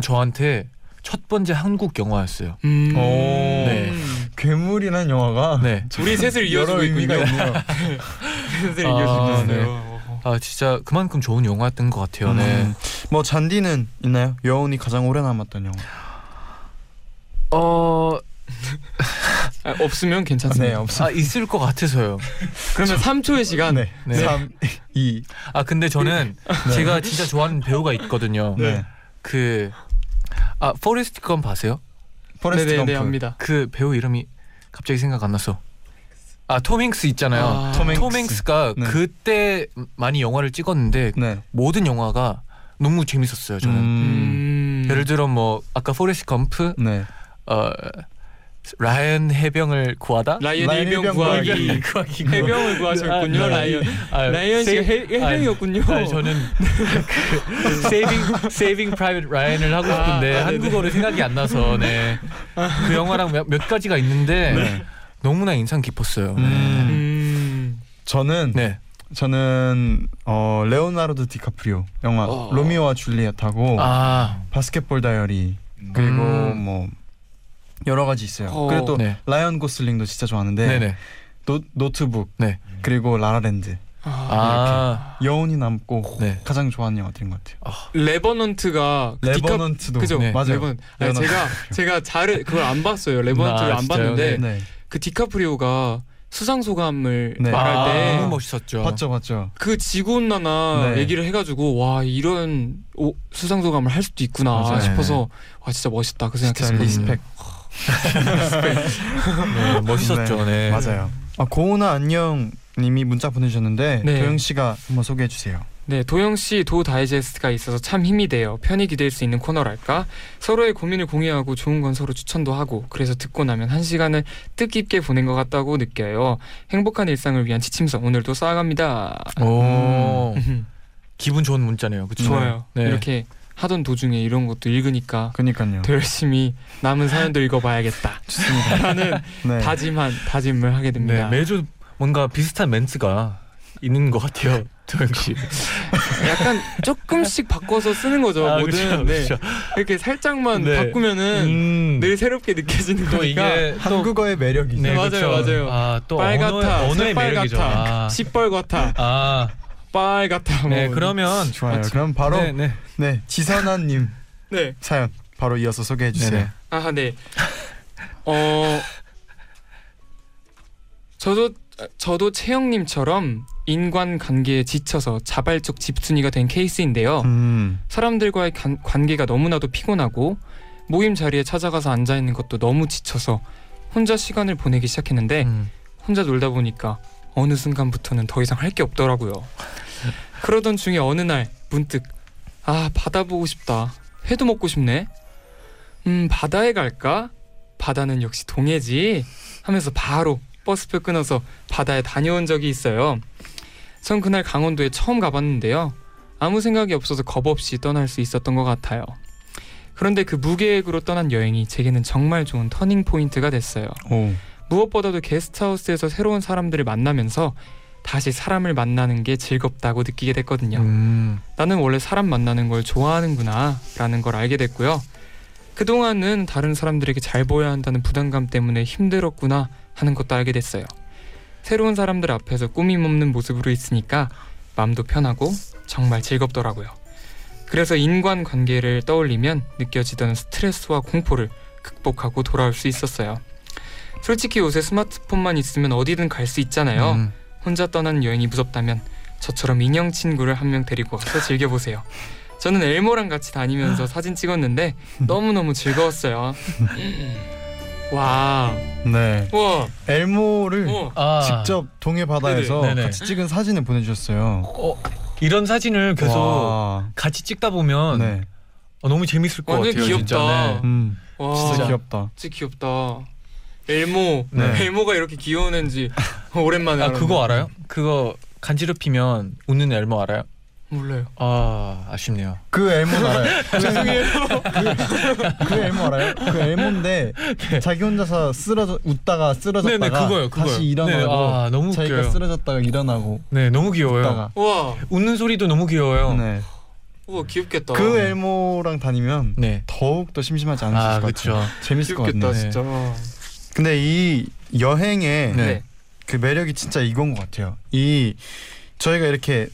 저한테 첫 번째 한국 영화였어요. 음. 오. 네. 괴물이란 아. 영화가 네. 우리 셋을 여러 이어주고 있군요. 의미가 있네요. 셋을 아, 이어주고 네. 있어요. 어. 아 진짜 그만큼 좋은 영화였던 것 같아요. 네. 음. 뭐 잔디는 있나요? 여운이 가장 오래 남았던 영화. 어. 아, 없으면 괜찮습니다. 네, 없어. 아 있을 것 같아서요. 그러면 3초의 시간. 네. 네. 3 2 아 근데 저는 네. 제가 진짜 좋아하는 배우가 있거든요. 네. 그. 아 포레스트 검 봤어요? 포레스트 네네네, 검프. 합니다. 그 배우 이름이 갑자기 생각 안 나서. 아 토밍스 있잖아요. 아, 톰 행스. 톰 행스가 네. 그때 많이 영화를 찍었는데 네. 모든 영화가 너무 재밌었어요. 저는 음. 음. 예를 들어 뭐 아까 포레스트 검프, 네. 어 라이언 해병을 구하다. 라이언 라이언 일병 일병 구하기. 구하기. 해병을 구하셨군요, 아, 라이언. 아, 라이언 씨가 해- 해병이었군요. 네. 아니, 네, 저는 그 세이빙 세이빙 프라이빗 라이언을 하고 싶은데 아, 네네. 한국어로 생각이 안 나서 네. 그 영화랑 몇, 몇 가지가 있는데 네. 너무나 인상 깊었어요. 음. 음. 저는 네. 저는 어 레오나르도 디카프리오 영화 어. 로미오와 줄리엣하고 아, 바스켓볼 다이어리 그리고 음. 뭐 여러 가지 있어요. 어. 그리고 또 네. 라이언 고슬링도 진짜 좋아하는데 네, 네. 노, 노트북 네. 그리고 라라랜드 아, 아, 여운이 남고 네. 가장 좋아하는 영화들인 것 같아요. 레버넌트가 디카- 레버넌트도 그죠? 네. 맞아요. 레버넌. 아니, 레버넌트. 제가 제가 잘 그걸 안 봤어요. 레버넌트를 아, 안 진짜요? 봤는데 네. 그 디카프리오가 수상 소감을 네. 아, 말할 때 너무 멋있었죠. 봤죠 봤죠. 그 지구 온난화 네. 얘기를 해가지고 와 이런 오, 수상 소감을 할 수도 있구나 맞아요. 네. 싶어서 와 진짜 멋있다 그 진짜 생각했어요. 리스펙 네, 멋있었죠. 네. 맞아요. 아 고은아 안녕 님이 문자 보내주셨는데 네. 도영 씨가 한번 소개해 주세요. 네, 도영 씨 도 다이제스트가 있어서 참 힘이 돼요. 편히 기댈 수 있는 코너랄까? 서로의 고민을 공유하고 좋은 건 서로 추천도 하고 그래서 듣고 나면 한 시간을 뜻깊게 보낸 것 같다고 느껴요. 행복한 일상을 위한 지침서 오늘도 쌓아갑니다. 어. 오, 기분 좋은 문자네요. 그쵸? 음. 좋아요. 네. 이렇게 하던 도중에 이런 것도 읽으니까 그니까요. 더 열심히 남은 사연도 읽어봐야겠다. 라는 네. 다짐한 다짐을 하게 네, 됩니다. 매주 뭔가 비슷한 멘트가 있는 것 같아요. 도영 씨. 약간 조금씩 바꿔서 쓰는 거죠. 아, 그쵸, 뭐든 네. 그쵸. 이렇게 살짝만 네. 바꾸면은 음. 늘 새롭게 느껴지는 또 거니까. 이게 또 한국어의 매력이 네, 맞아요, 그쵸. 맞아요. 아, 또 언어의, 빨갛다, 언어의 매력이죠. 새빨갛다, 아. 시뻘겋다, 아, 빨갛다. 네, 뭐. 그러면 좋아요. 마치- 그럼 바로 네, 네, 네. 지선아님 네, 사연 바로 이어서 소개해 주세요. 네네. 아 네. 어, 저도 저도 채영님처럼 인간 관계에 지쳐서 자발적 집순이가 된 케이스인데요. 음, 사람들과의 관, 관계가 너무나도 피곤하고 모임 자리에 찾아가서 앉아 있는 것도 너무 지쳐서 혼자 시간을 보내기 시작했는데 음. 혼자 놀다 보니까 어느 순간부터는 더 이상 할 게 없더라고요. 그러던 중에 어느 날 문득 아 바다 보고 싶다. 회도 먹고 싶네. 음 바다에 갈까? 바다는 역시 동해지. 하면서 바로 버스표 끊어서 바다에 다녀온 적이 있어요. 전 그날 강원도에 처음 가봤는데요. 아무 생각이 없어서 겁 없이 떠날 수 있었던 것 같아요. 그런데 그 무계획으로 떠난 여행이 제게는 정말 좋은 터닝 포인트가 됐어요. 오, 무엇보다도 게스트하우스에서 새로운 사람들을 만나면서 다시 사람을 만나는 게 즐겁다고 느끼게 됐거든요. 음. 나는 원래 사람 만나는 걸 좋아하는구나 라는 걸 알게 됐고요. 그동안은 다른 사람들에게 잘 보여야 한다는 부담감 때문에 힘들었구나 하는 것도 알게 됐어요. 새로운 사람들 앞에서 꾸밈 없는 모습으로 있으니까 마음도 편하고 정말 즐겁더라고요. 그래서 인간 관계를 떠올리면 느껴지던 스트레스와 공포를 극복하고 돌아올 수 있었어요. 솔직히 요새 스마트폰만 있으면 어디든 갈 수 있잖아요. 음. 혼자 떠나는 여행이 무섭다면 저처럼 인형 친구를 한 명 데리고 와서 즐겨보세요. 저는 엘모랑 같이 다니면서 사진 찍었는데 너무너무 즐거웠어요. 와, 네. 우와, 엘모를 우와. 아, 직접 동해 바다에서 네네. 네네. 같이 찍은 사진을 보내주셨어요. 어, 이런 사진을 계속 와, 같이 찍다 보면 네, 어, 너무 재밌을 것 완전 같아요. 귀엽다. 진짜. 네. 음, 와, 진짜 진짜, 귀엽다. 귀엽다. 엘모 네. 엘모가 이렇게 귀여우는지 오랜만에 아 알았네. 그거 알아요? 그거 간지럽히면 웃는 엘모 알아요? 몰라요 아 아쉽네요. 그 엘모 알아요. 죄송해요. 그, 그 엘모 알아요? 그 엘모인데 자기 혼자서 쓰러져 웃다가 쓰러졌다가 네. 네네 그거요 그거. 다시 일어나고 아 너무 자기가 웃겨요. 쓰러졌다가 일어나고 네 너무 귀여워요. 웃다가 우와 웃는 소리도 너무 귀여워요. 네. 네. 우와 귀엽겠다 그 엘모랑 다니면 더욱 더 심심하지 않으실 어. 네. 아 것 같아요. 그렇죠. 재밌을 것 귀엽겠다 같네요. 네. 진짜 근데 이 여행의 네. 그 매력이 진짜 이건 것 같아요. 이 저희가 이렇게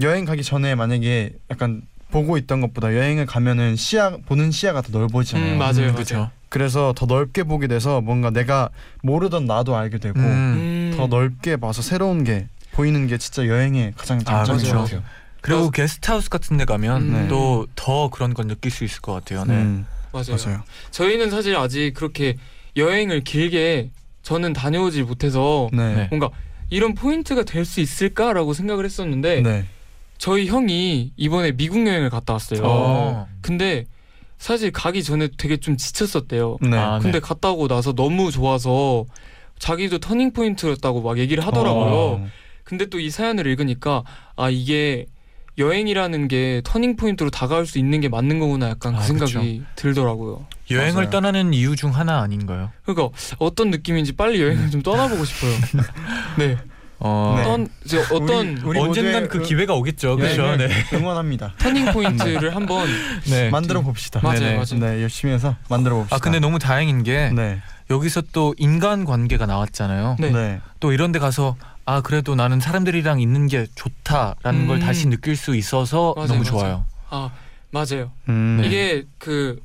여행 가기 전에 만약에 약간 보고 있던 것보다 여행을 가면은 시야 보는 시야가 더 넓어지잖아요. 음, 맞아요. 그렇죠. 그래서 더 넓게 보게 돼서 뭔가 내가 모르던 나도 알게 되고 음. 음. 더 넓게 봐서 새로운 게 보이는 게 진짜 여행의 가장 아, 장점인 것 그렇죠. 같아요. 그리고 게스트하우스 같은 데 가면 음. 또 더 그런 건 느낄 수 있을 것 같아요. 네. 음, 맞아요. 맞아요. 저희는 사실 아직 그렇게 여행을 길게 저는 다녀오지 못해서 네. 뭔가 이런 포인트가 될 수 있을까라고 생각을 했었는데 네. 저희 형이 이번에 미국 여행을 갔다 왔어요. 어. 근데 사실 가기 전에 되게 좀 지쳤었대요. 네. 아, 근데 네. 갔다 오고 나서 너무 좋아서 자기도 터닝 포인트였다고 막 얘기를 하더라고요. 어. 근데 또 이 사연을 읽으니까 아 이게 여행이라는 게 터닝 포인트로 다가올 수 있는 게 맞는 거구나 약간 그 아, 생각이 들더라고요. 여행을 맞아요. 떠나는 이유 중 하나 아닌가요? 그러니까 어떤 느낌인지 빨리 여행을 좀 떠나보고 싶어요. 네. 어. 네. 어떤 이제 어떤 우리 언젠간 모두의 그 응- 기회가 오겠죠. 그렇죠. 여행을 네. 응원합니다. 터닝 포인트를 한번 네. 만들어 봅시다. 맞아요, 네네. 맞아요. 네, 열심히 해서 만들어 봅시다. 아 근데 너무 다행인 게 네. 여기서 또 인간 관계가 나왔잖아요. 네. 네. 또 이런 데 가서 아 그래도 나는 사람들이랑 있는 게 좋다라는 걸 음. 다시 느낄 수 있어서 맞아요, 너무 맞아요. 좋아요. 아 맞아요. 음. 이게 그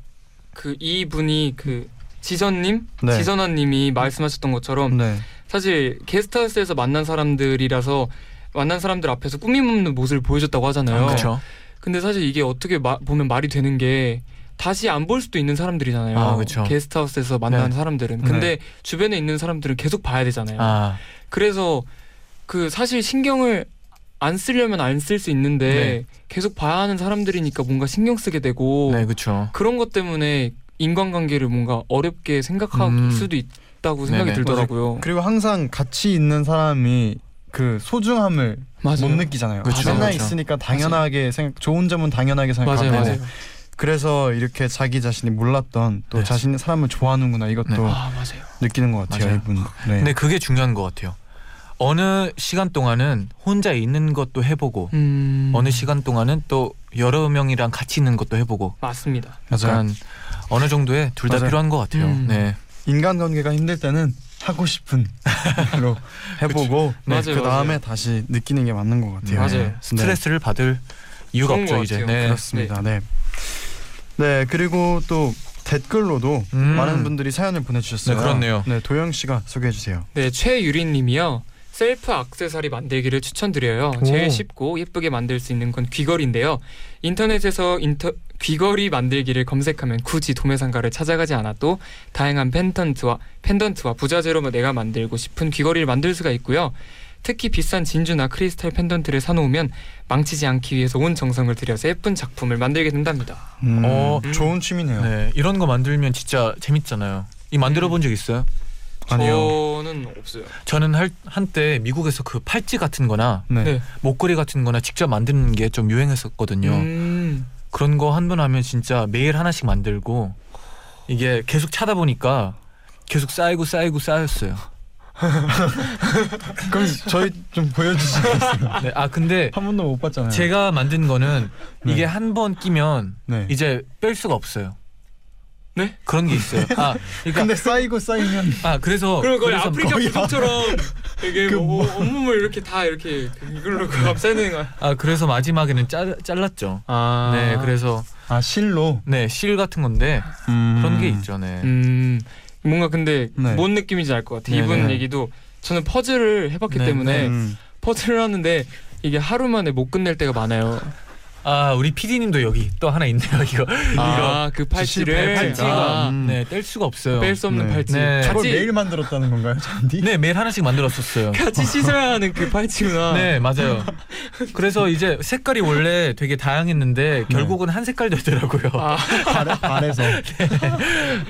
그 이분이 그 지선님, 네. 지선아님이 말씀하셨던 것처럼 네. 사실 게스트하우스에서 만난 사람들이라서 만난 사람들 앞에서 꾸밈 없는 모습을 보여줬다고 하잖아요. 그렇죠. 근데 사실 이게 어떻게 마- 보면 말이 되는 게 다시 안 볼 수도 있는 사람들이잖아요. 아, 그쵸. 게스트하우스에서 만난 네. 사람들은 근데 주변에 있는 사람들은 계속 봐야 되잖아요. 아 그래서 그 사실 신경을 안 쓰려면 안 쓸 수 있는데 계속 봐야 하는 사람들이니까 뭔가 신경 쓰게 되고 네, 그렇죠. 그런 것 때문에 인간관계를 뭔가 어렵게 생각할 음. 수도 있다고 생각이 네네. 들더라고요. 그리고 항상 같이 있는 사람이 그 소중함을 맞아요. 못 느끼잖아요. 그쵸, 맨날 그쵸. 있으니까 당연하게 생각 좋은 점은 당연하게 생각하고 맞아요, 네. 맞아요. 그래서 이렇게 자기 자신이 몰랐던 또 네. 자신의 사람을 좋아하는구나 이것도 네. 아 맞아요. 느끼는 것 같아요 맞아요. 이분. 네. 근데 그게 중요한 것 같아요. 어느 시간 동안은 혼자 있는 것도 해보고 음. 어느 시간 동안은 또 여러 명이랑 같이 있는 것도 해보고 맞습니다. 맞아요. 약간 어느 정도의 둘 다 맞아요. 필요한 것 같아요. 음. 네. 인간 관계가 힘들 때는 하고 싶은 로 해보고 맞아요, 그 다음에 다시 느끼는 게 맞는 것 같아요. 맞아요. 네. 스트레스를 받을 이유가 그런 없죠 것 이제. 같아요. 네. 그렇습니다. 네. 네 그리고 또 댓글로도 음. 많은 분들이 사연을 보내주셨어요. 네, 그렇네요. 네 도영 씨가 소개해 주세요. 네 최유린님이요. 셀프 악세사리 만들기를 추천드려요. 제일 쉽고 예쁘게 만들 수 있는 건 귀걸이인데요. 인터넷에서 인터 귀걸이 만들기를 검색하면 굳이 도매상가를 찾아가지 않아도 다양한 펜던트와 펜던트와 부자재로 내가 만들고 싶은 귀걸이를 만들 수가 있고요. 특히 비싼 진주나 크리스탈 펜던트를 사놓으면 망치지 않기 위해서 온 정성을 들여서 예쁜 작품을 만들게 된답니다. 음, 어, 좋은 취미네요. 네. 이런 거 만들면 진짜 재밌잖아요. 이 만들어 음. 본 적 있어요? 아니요. 저는 없어요. 저는 할, 한때 미국에서 그 팔찌 같은 거나 네. 네. 목걸이 같은 거나 직접 만드는 게 좀 유행했었거든요. 음, 그런 거 한 번 하면 진짜 매일 하나씩 만들고 이게 계속 차다 보니까 계속 쌓이고 쌓이고 쌓였어요. 그럼 저희 좀 보여주시겠어요? 네, 아 근데 한 번도 못 봤잖아요. 제가 만든 거는 네. 이게 한 번 끼면 네. 이제 뺄 수가 없어요. 네? 그런 게 있어요. 아, 그러니까 근데 쌓이고 쌓이면 아 그래서 그럼 거의 그래서 아프리카 거의- 그 부족처럼 이게 뭐 온몸을 이렇게 다 이렇게 그 이걸로 감싸는 거야. 아 그래서 마지막에는 잘, 잘랐죠. 아, 네, 그래서 아 실로 네 실 같은 건데 음. 그런 게 있죠. 네. 음, 뭔가 근데 네. 뭔 느낌인지 알 것 같아. 요 네, 이분 네. 얘기도 저는 퍼즐을 해봤기 네, 때문에 음. 퍼즐을 하는데 이게 하루 만에 못 끝낼 때가 많아요. 아 우리 PD님도 여기 또 하나 있네요 이거. 네. 아, 그 지칠 팔찌를 팔찌가. 아, 음. 네뗄 수가 없어요. 뺄 수 없는 네. 팔찌. 네. 저걸 같이 매일 만들었다는 건가요, 잔디? 네 매일 하나씩 만들었었어요. 같이 씻어야 하는 그 팔찌구나. 네 맞아요. 그래서 이제 색깔이 원래 되게 다양했는데 결국은 한 색깔 되더라고요. 네. 아, 발에, 발에서.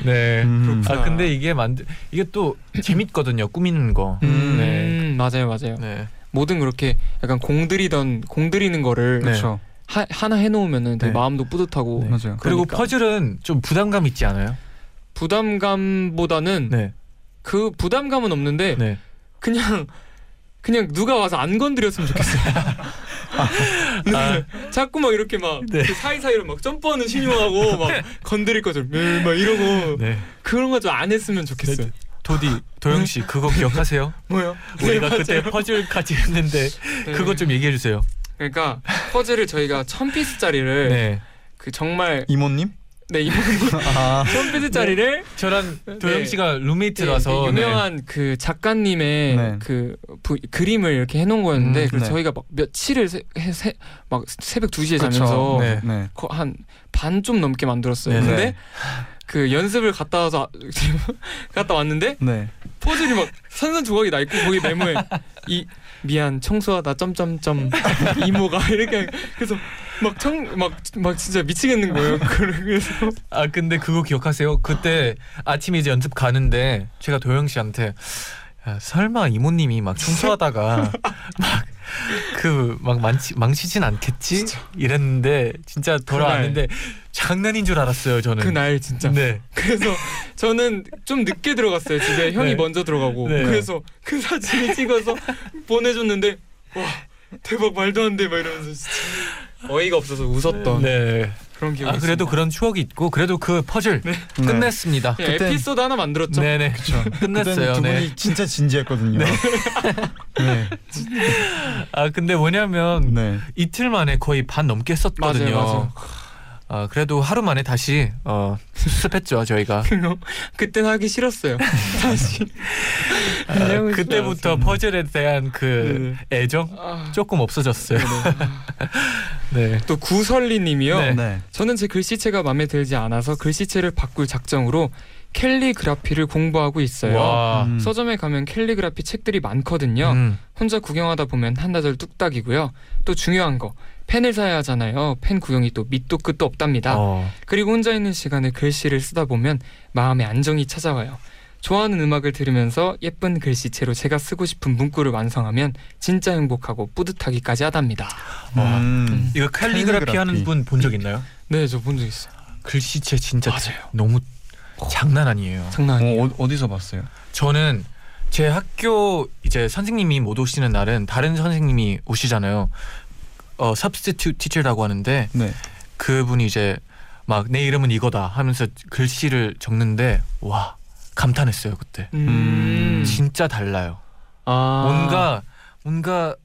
네. 음. 아 근데 이게 만들 이게 또 재밌거든요 꾸미는 거. 음, 네. 맞아요, 맞아요. 네. 뭐든 그렇게 약간 공들이던 공들이는 거를 네. 그렇죠. 하, 하나 해놓으면은 되게 네. 마음도 뿌듯하고 네. 맞아요. 그리고 그러니까. 퍼즐은 좀 부담감 있지 않아요? 부담감보다는 네. 그 부담감은 없는데 네. 그냥 그냥 누가 와서 안 건드렸으면 좋겠어요. 네. 자꾸 막 이렇게 막 아. 네. 그 사이사이로 막 점프하는 신용하고 막 건드릴 것좀 막 이러고 네. 그런 거 좀 안 했으면 좋겠어요. 도디 도영 씨 그거 기억하세요? 뭐요? 우리가 그때 퍼즐 같이 했는데 그거 좀 얘기해 주세요. 네. 그러니까 퍼즐을 저희가 천 피스짜리를 네. 그 정말 이모님? 네 이번 아, 천 피스짜리를 저랑 도영 네. 씨가 네, 룸메이트라서 그 네. 유명한 그 작가님의 예, 네. 그 부- 그림을 이렇게 해놓은 거였는데 음, 그래서 네. 저희가 막 며칠을 새, 해- 새- 막 새벽 2시에 그쵸. 자면서 네. 네. 한 반 좀 넘게 만들었어요. 네. 근데 네. 그 연습을 갔다 와서 아, 갔다 왔는데 네. 포즈이 막 산산조각이 나 있고 거기 메모에 이 미안 청소하다 점점점 이모가 이렇게 그래서 막 청 막 막 진짜 미치겠는 거예요. 그래서 아 근데 그거 기억하세요? 그때 아침에 이제 연습 가는데 제가 도영 씨한테 야, 설마 이모님이 막 청소하다가 막 그 막 망치 망치진 않겠지? 이랬는데 진짜 돌아왔는데 장난인 줄 알았어요 저는. 그날 진짜 네. 그래서 저는 좀 늦게 들어갔어요 집에 형이 네. 먼저 들어가고 네. 그래서 그 사진을 찍어서 보내줬는데 와 대박 말도 안 돼 막 이러면서 진짜 어이가 없어서 웃었던 네. 그런 기억이 아 그래도 그런 추억이 있고 그래도 그 퍼즐 네. 끝냈습니다. 있어요. 예, 그땐- 에피소드 하나 만들었죠 네네. 그때는 끝났어요. 두 분이 네. 진짜 진지했거든요. 네. 아 근데 뭐냐면 네. 이틀 만에 거의 반 넘게 썼거든요. 맞아요, 아, 그래도 하루 만에 다시 어, 수습했죠 저희가. 그땐 하기 싫었어요 다시 아, 그냥 그렇죠. 그때부터 퍼즐에 대한 그 네. 애정 아, 조금 없어졌어요. 네. 또 구설리님이요 네. 네. 저는 제 글씨체가 마음에 들지 않아서 글씨체를 바꿀 작정으로 캘리그라피를 공부하고 있어요 네. 와. 음. 서점에 가면 캘리그라피 책들이 많거든요 음. 혼자 구경하다 보면 한나절 뚝딱이고요. 또 중요한 거 펜을 사야 하잖아요. 펜 구경이 또 밑도 끝도 없답니다. 어. 그리고 혼자 있는 시간에 글씨를 쓰다 보면 마음의 안정이 찾아와요. 좋아하는 음악을 들으면서 예쁜 글씨체로 제가 쓰고 싶은 문구를 완성하면 진짜 행복하고 뿌듯하기까지 하답니다. 음. 이거 칼리그라피, 칼리그라피. 하는 분 본 적 있나요? 네, 저 본 적 있어요. 글씨체 진짜 맞아요. 너무 장난 아니에요. 장난 아니에요. 어, 어, 어디서 봤어요? 저는 제 학교 이제 선생님이 못 오시는 날은 다른 선생님이 오시잖아요. 어, substitute teacher라고 하는데 네. 그분이 이제 막 내 이름은 이거다 하면서 글씨를 적는데 와 감탄했어요 그때. 음. 진짜 달라요. 아. 뭔가 뭔가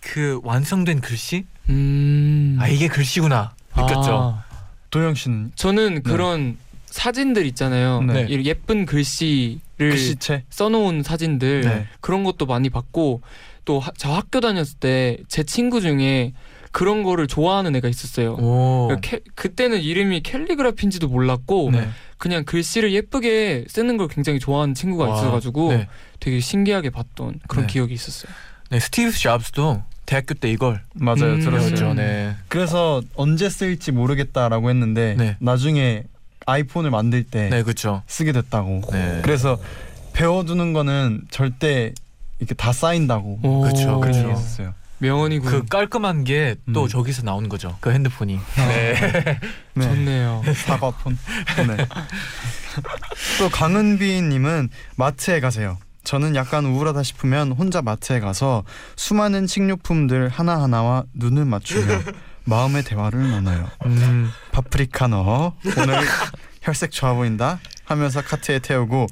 그 완성된 글씨? 음. 아 이게 글씨구나 느꼈죠. 네. 아. 도영 씨는 저는 그런 사진들 있잖아요. 네. 이런 예쁜 글씨를 글씨체? 써놓은 사진들 네. 그런 것도 많이 봤고 또 저 학교 다녔을 때 제 친구 중에 그런 거를 좋아하는 애가 있었어요. 오. 그러니까 캘- 그때는 이름이 캘리그라피인지도 몰랐고 네. 그냥 글씨를 예쁘게 쓰는 걸 굉장히 좋아하는 친구가 와, 있어가지고 네. 되게 신기하게 봤던 그런 네. 기억이 있었어요. 네 스티브 잡스도 대학교 때 이걸 맞아요. 음. 들었어요. 들었죠. 네. 그래서 언제 쓸지 모르겠다라고 했는데 네. 나중에 아이폰을 만들 때 네 그렇죠. 쓰게 됐다고. 네. 그래서 배워두는 거는 절대 이렇게 다 쌓인다고 그쵸, 그런 그쵸. 얘기 했었어요. 네. 명언이군. 그 깔끔한 게 또 음. 저기서 나온 거죠. 그 핸드폰이. 네. 네. 아, 좋네요. 사과폰. 네. 또 강은비님은 마트에 가세요. 저는 약간 우울하다 싶으면 혼자 마트에 가서 수많은 식료품들 하나 하나와 눈을 맞추며 마음의 대화를 나눠요. 음. 파프리카 넣어 오늘 혈색 좋아 보인다 하면서 카트에 태우고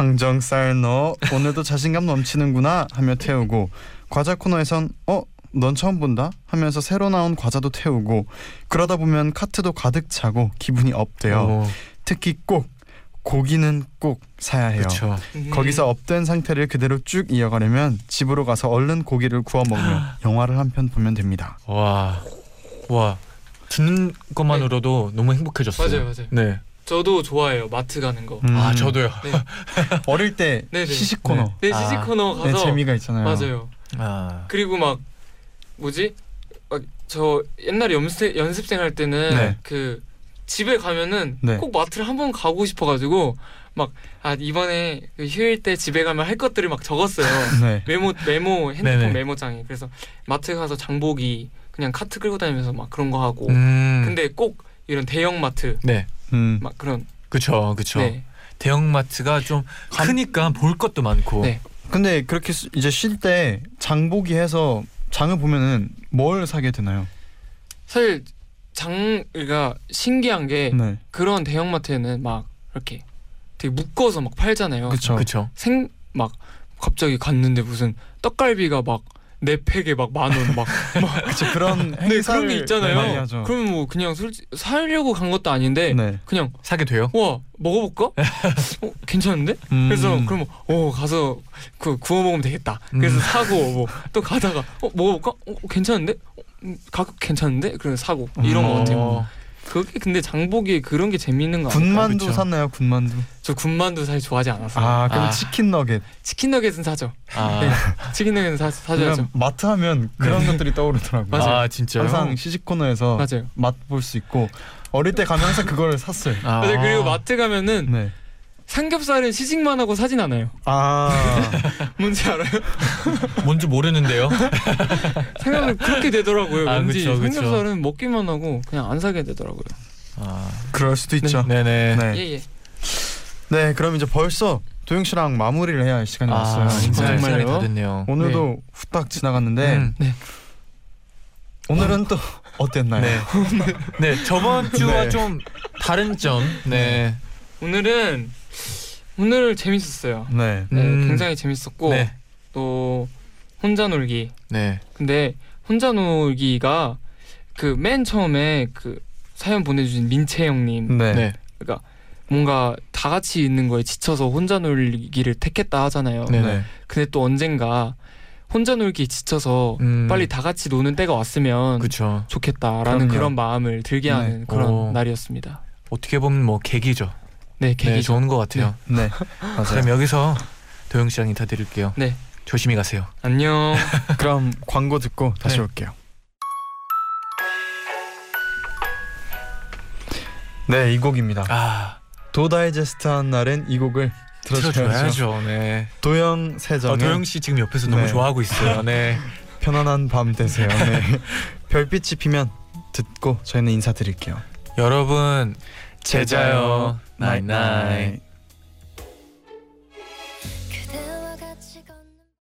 항정살 넣어 오늘도 자신감 넘치는구나 하며 태우고 과자 코너에선 어 넌 처음 본다 하면서 새로 나온 과자도 태우고 그러다 보면 카트도 가득 차고 기분이 업돼요 오, 특히 꼭 고기는 꼭 사야 해요 그렇죠. 거기서 업된 상태를 그대로 쭉 이어가려면 집으로 가서 얼른 고기를 구워 먹으며 영화를 한 편 보면 됩니다 와. 와. 듣는 것만으로도 너무 행복해졌어요. 맞아요, 맞아요. 네. 저도 좋아해요. 마트 가는 거. 음. 아 저도요. 어릴 때 네, 네. 시식 코너 네, 아. 시식 코너 네, 가서 재미가 있잖아요. 맞아요. 아 그리고 막 뭐지? 막 저 옛날에 연습생 연습생 할 때는 네. 그 집에 가면은 네. 꼭 마트를 한번 가고 싶어가지고 막 아 이번에 그 휴일 때 집에 가면 할 것들을 막 적었어요. 네. 메모 메모 핸드폰 네네. 메모장에 그래서 마트 가서 장보기 그냥 카트 끌고 다니면서 막 그런 거 하고 음. 근데 꼭 이런 대형 마트 네. 음. 막 그런 그쵸 그쵸. 네. 대형마트가 좀 크니까 볼 것도 많고. 네. 근데 그렇게 쓰- 이제 쉴 때 장보기 해서 장을 보면은 뭘 사게 되나요? 사실 장가 그러니까 신기한 게 네. 그런 대형 마트에는 막 이렇게 되게 묶어서 막 팔잖아요. 그렇죠. 그쵸. 생 막 갑자기 갔는데 무슨 떡갈비가 막 네 팩에 막 만 원막 그쵸. 그런 네, 행사를 그런 게 많이 있잖아요. 하죠. 그럼 뭐 그냥 솔직 사려고 간 것도 아닌데 네. 그냥 사게 돼요? 와 먹어볼까? 어, 괜찮은데? 그래서 음. 그럼 어 가서 그 구워 먹으면 되겠다. 그래서 음. 사고 뭐 또 가다가 어 먹어볼까? 어, 괜찮은데? 어, 음, 가격 괜찮은데? 그래서 사고 음. 이런 거 같아요. 어. 그게 근데 장보기에 그런 게 재밌는 거 아닐까요? 군만두 그쵸. 샀나요? 군만두. 저 군만두 사실 좋아하지 않았어요. 아, 그럼 아. 치킨 너겟. 치킨 너겟은 사죠. 아, 치킨 너겟은 사, 사줘야죠. 그냥 마트 하면 그런 것들이 떠오르더라고요. 네. 맞아요. 아 진짜요? 항상 시식 코너에서 맞아요. 맛볼 수 있고 어릴 때 가면 항상 그걸 샀어요. 아. 맞아요. 그리고 마트 가면은 네. 삼겹살은 시식만 하고 사진 않아요. 아. 뭔지 알아요? 뭔지 모르는데요. 생각은 그렇게 되더라고요. 아, 왠지 그쵸, 그쵸. 삼겹살은 먹기만 하고 그냥 안 사게 되더라고요. 아, 그럴 수도 있죠. 네네. 네. 예예. 네, 그럼 이제 벌써 도영 씨랑 마무리를 해야 할 시간이 왔어요. 아, 진짜 정말요? 시간이 다 됐네요. 오늘도 네. 후딱 지나갔는데 음. 오늘은 또 어땠나요? 네. 네, 저번 주와 네. 좀 다른 점. 네. 오늘은 오늘 재밌었어요. 네. 네, 음. 굉장히 재밌었고 네. 또 혼자 놀기. 네. 근데 혼자 놀기가 그 맨 처음에 그 사연 보내주신 민채 형님 네. 네. 그러니까 뭔가 다 같이 있는 거에 지쳐서 혼자 놀기를 택했다 하잖아요. 네. 네. 네. 근데 또 언젠가 혼자 놀기 지쳐서 음. 빨리 다 같이 노는 때가 왔으면 그쵸. 좋겠다라는 그럼요. 그런 마음을 들게 네. 하는 그런 오. 날이었습니다. 어떻게 보면 뭐 계기죠. 네, 네, 계기 죠 좋은 것 같아요. 네. 그럼 맞아요. 여기서 도영 씨랑 인사 드릴게요. 네. 조심히 가세요. 안녕. 그럼 광고 듣고 다시 네. 올게요. 네, 이 곡입니다. 아, 도다이제스트한 날엔 이 곡을 들어줘야죠. 들어줘야죠. 네. 도영 어, 세정의 도영 씨 지금 옆에서 네. 너무 좋아하고 있어요. 네. 편안한 밤 되세요. 네. 별빛이 피면 듣고 저희는 인사드릴게요. 여러분 제자요. 나잇나잇. 나잇나잇.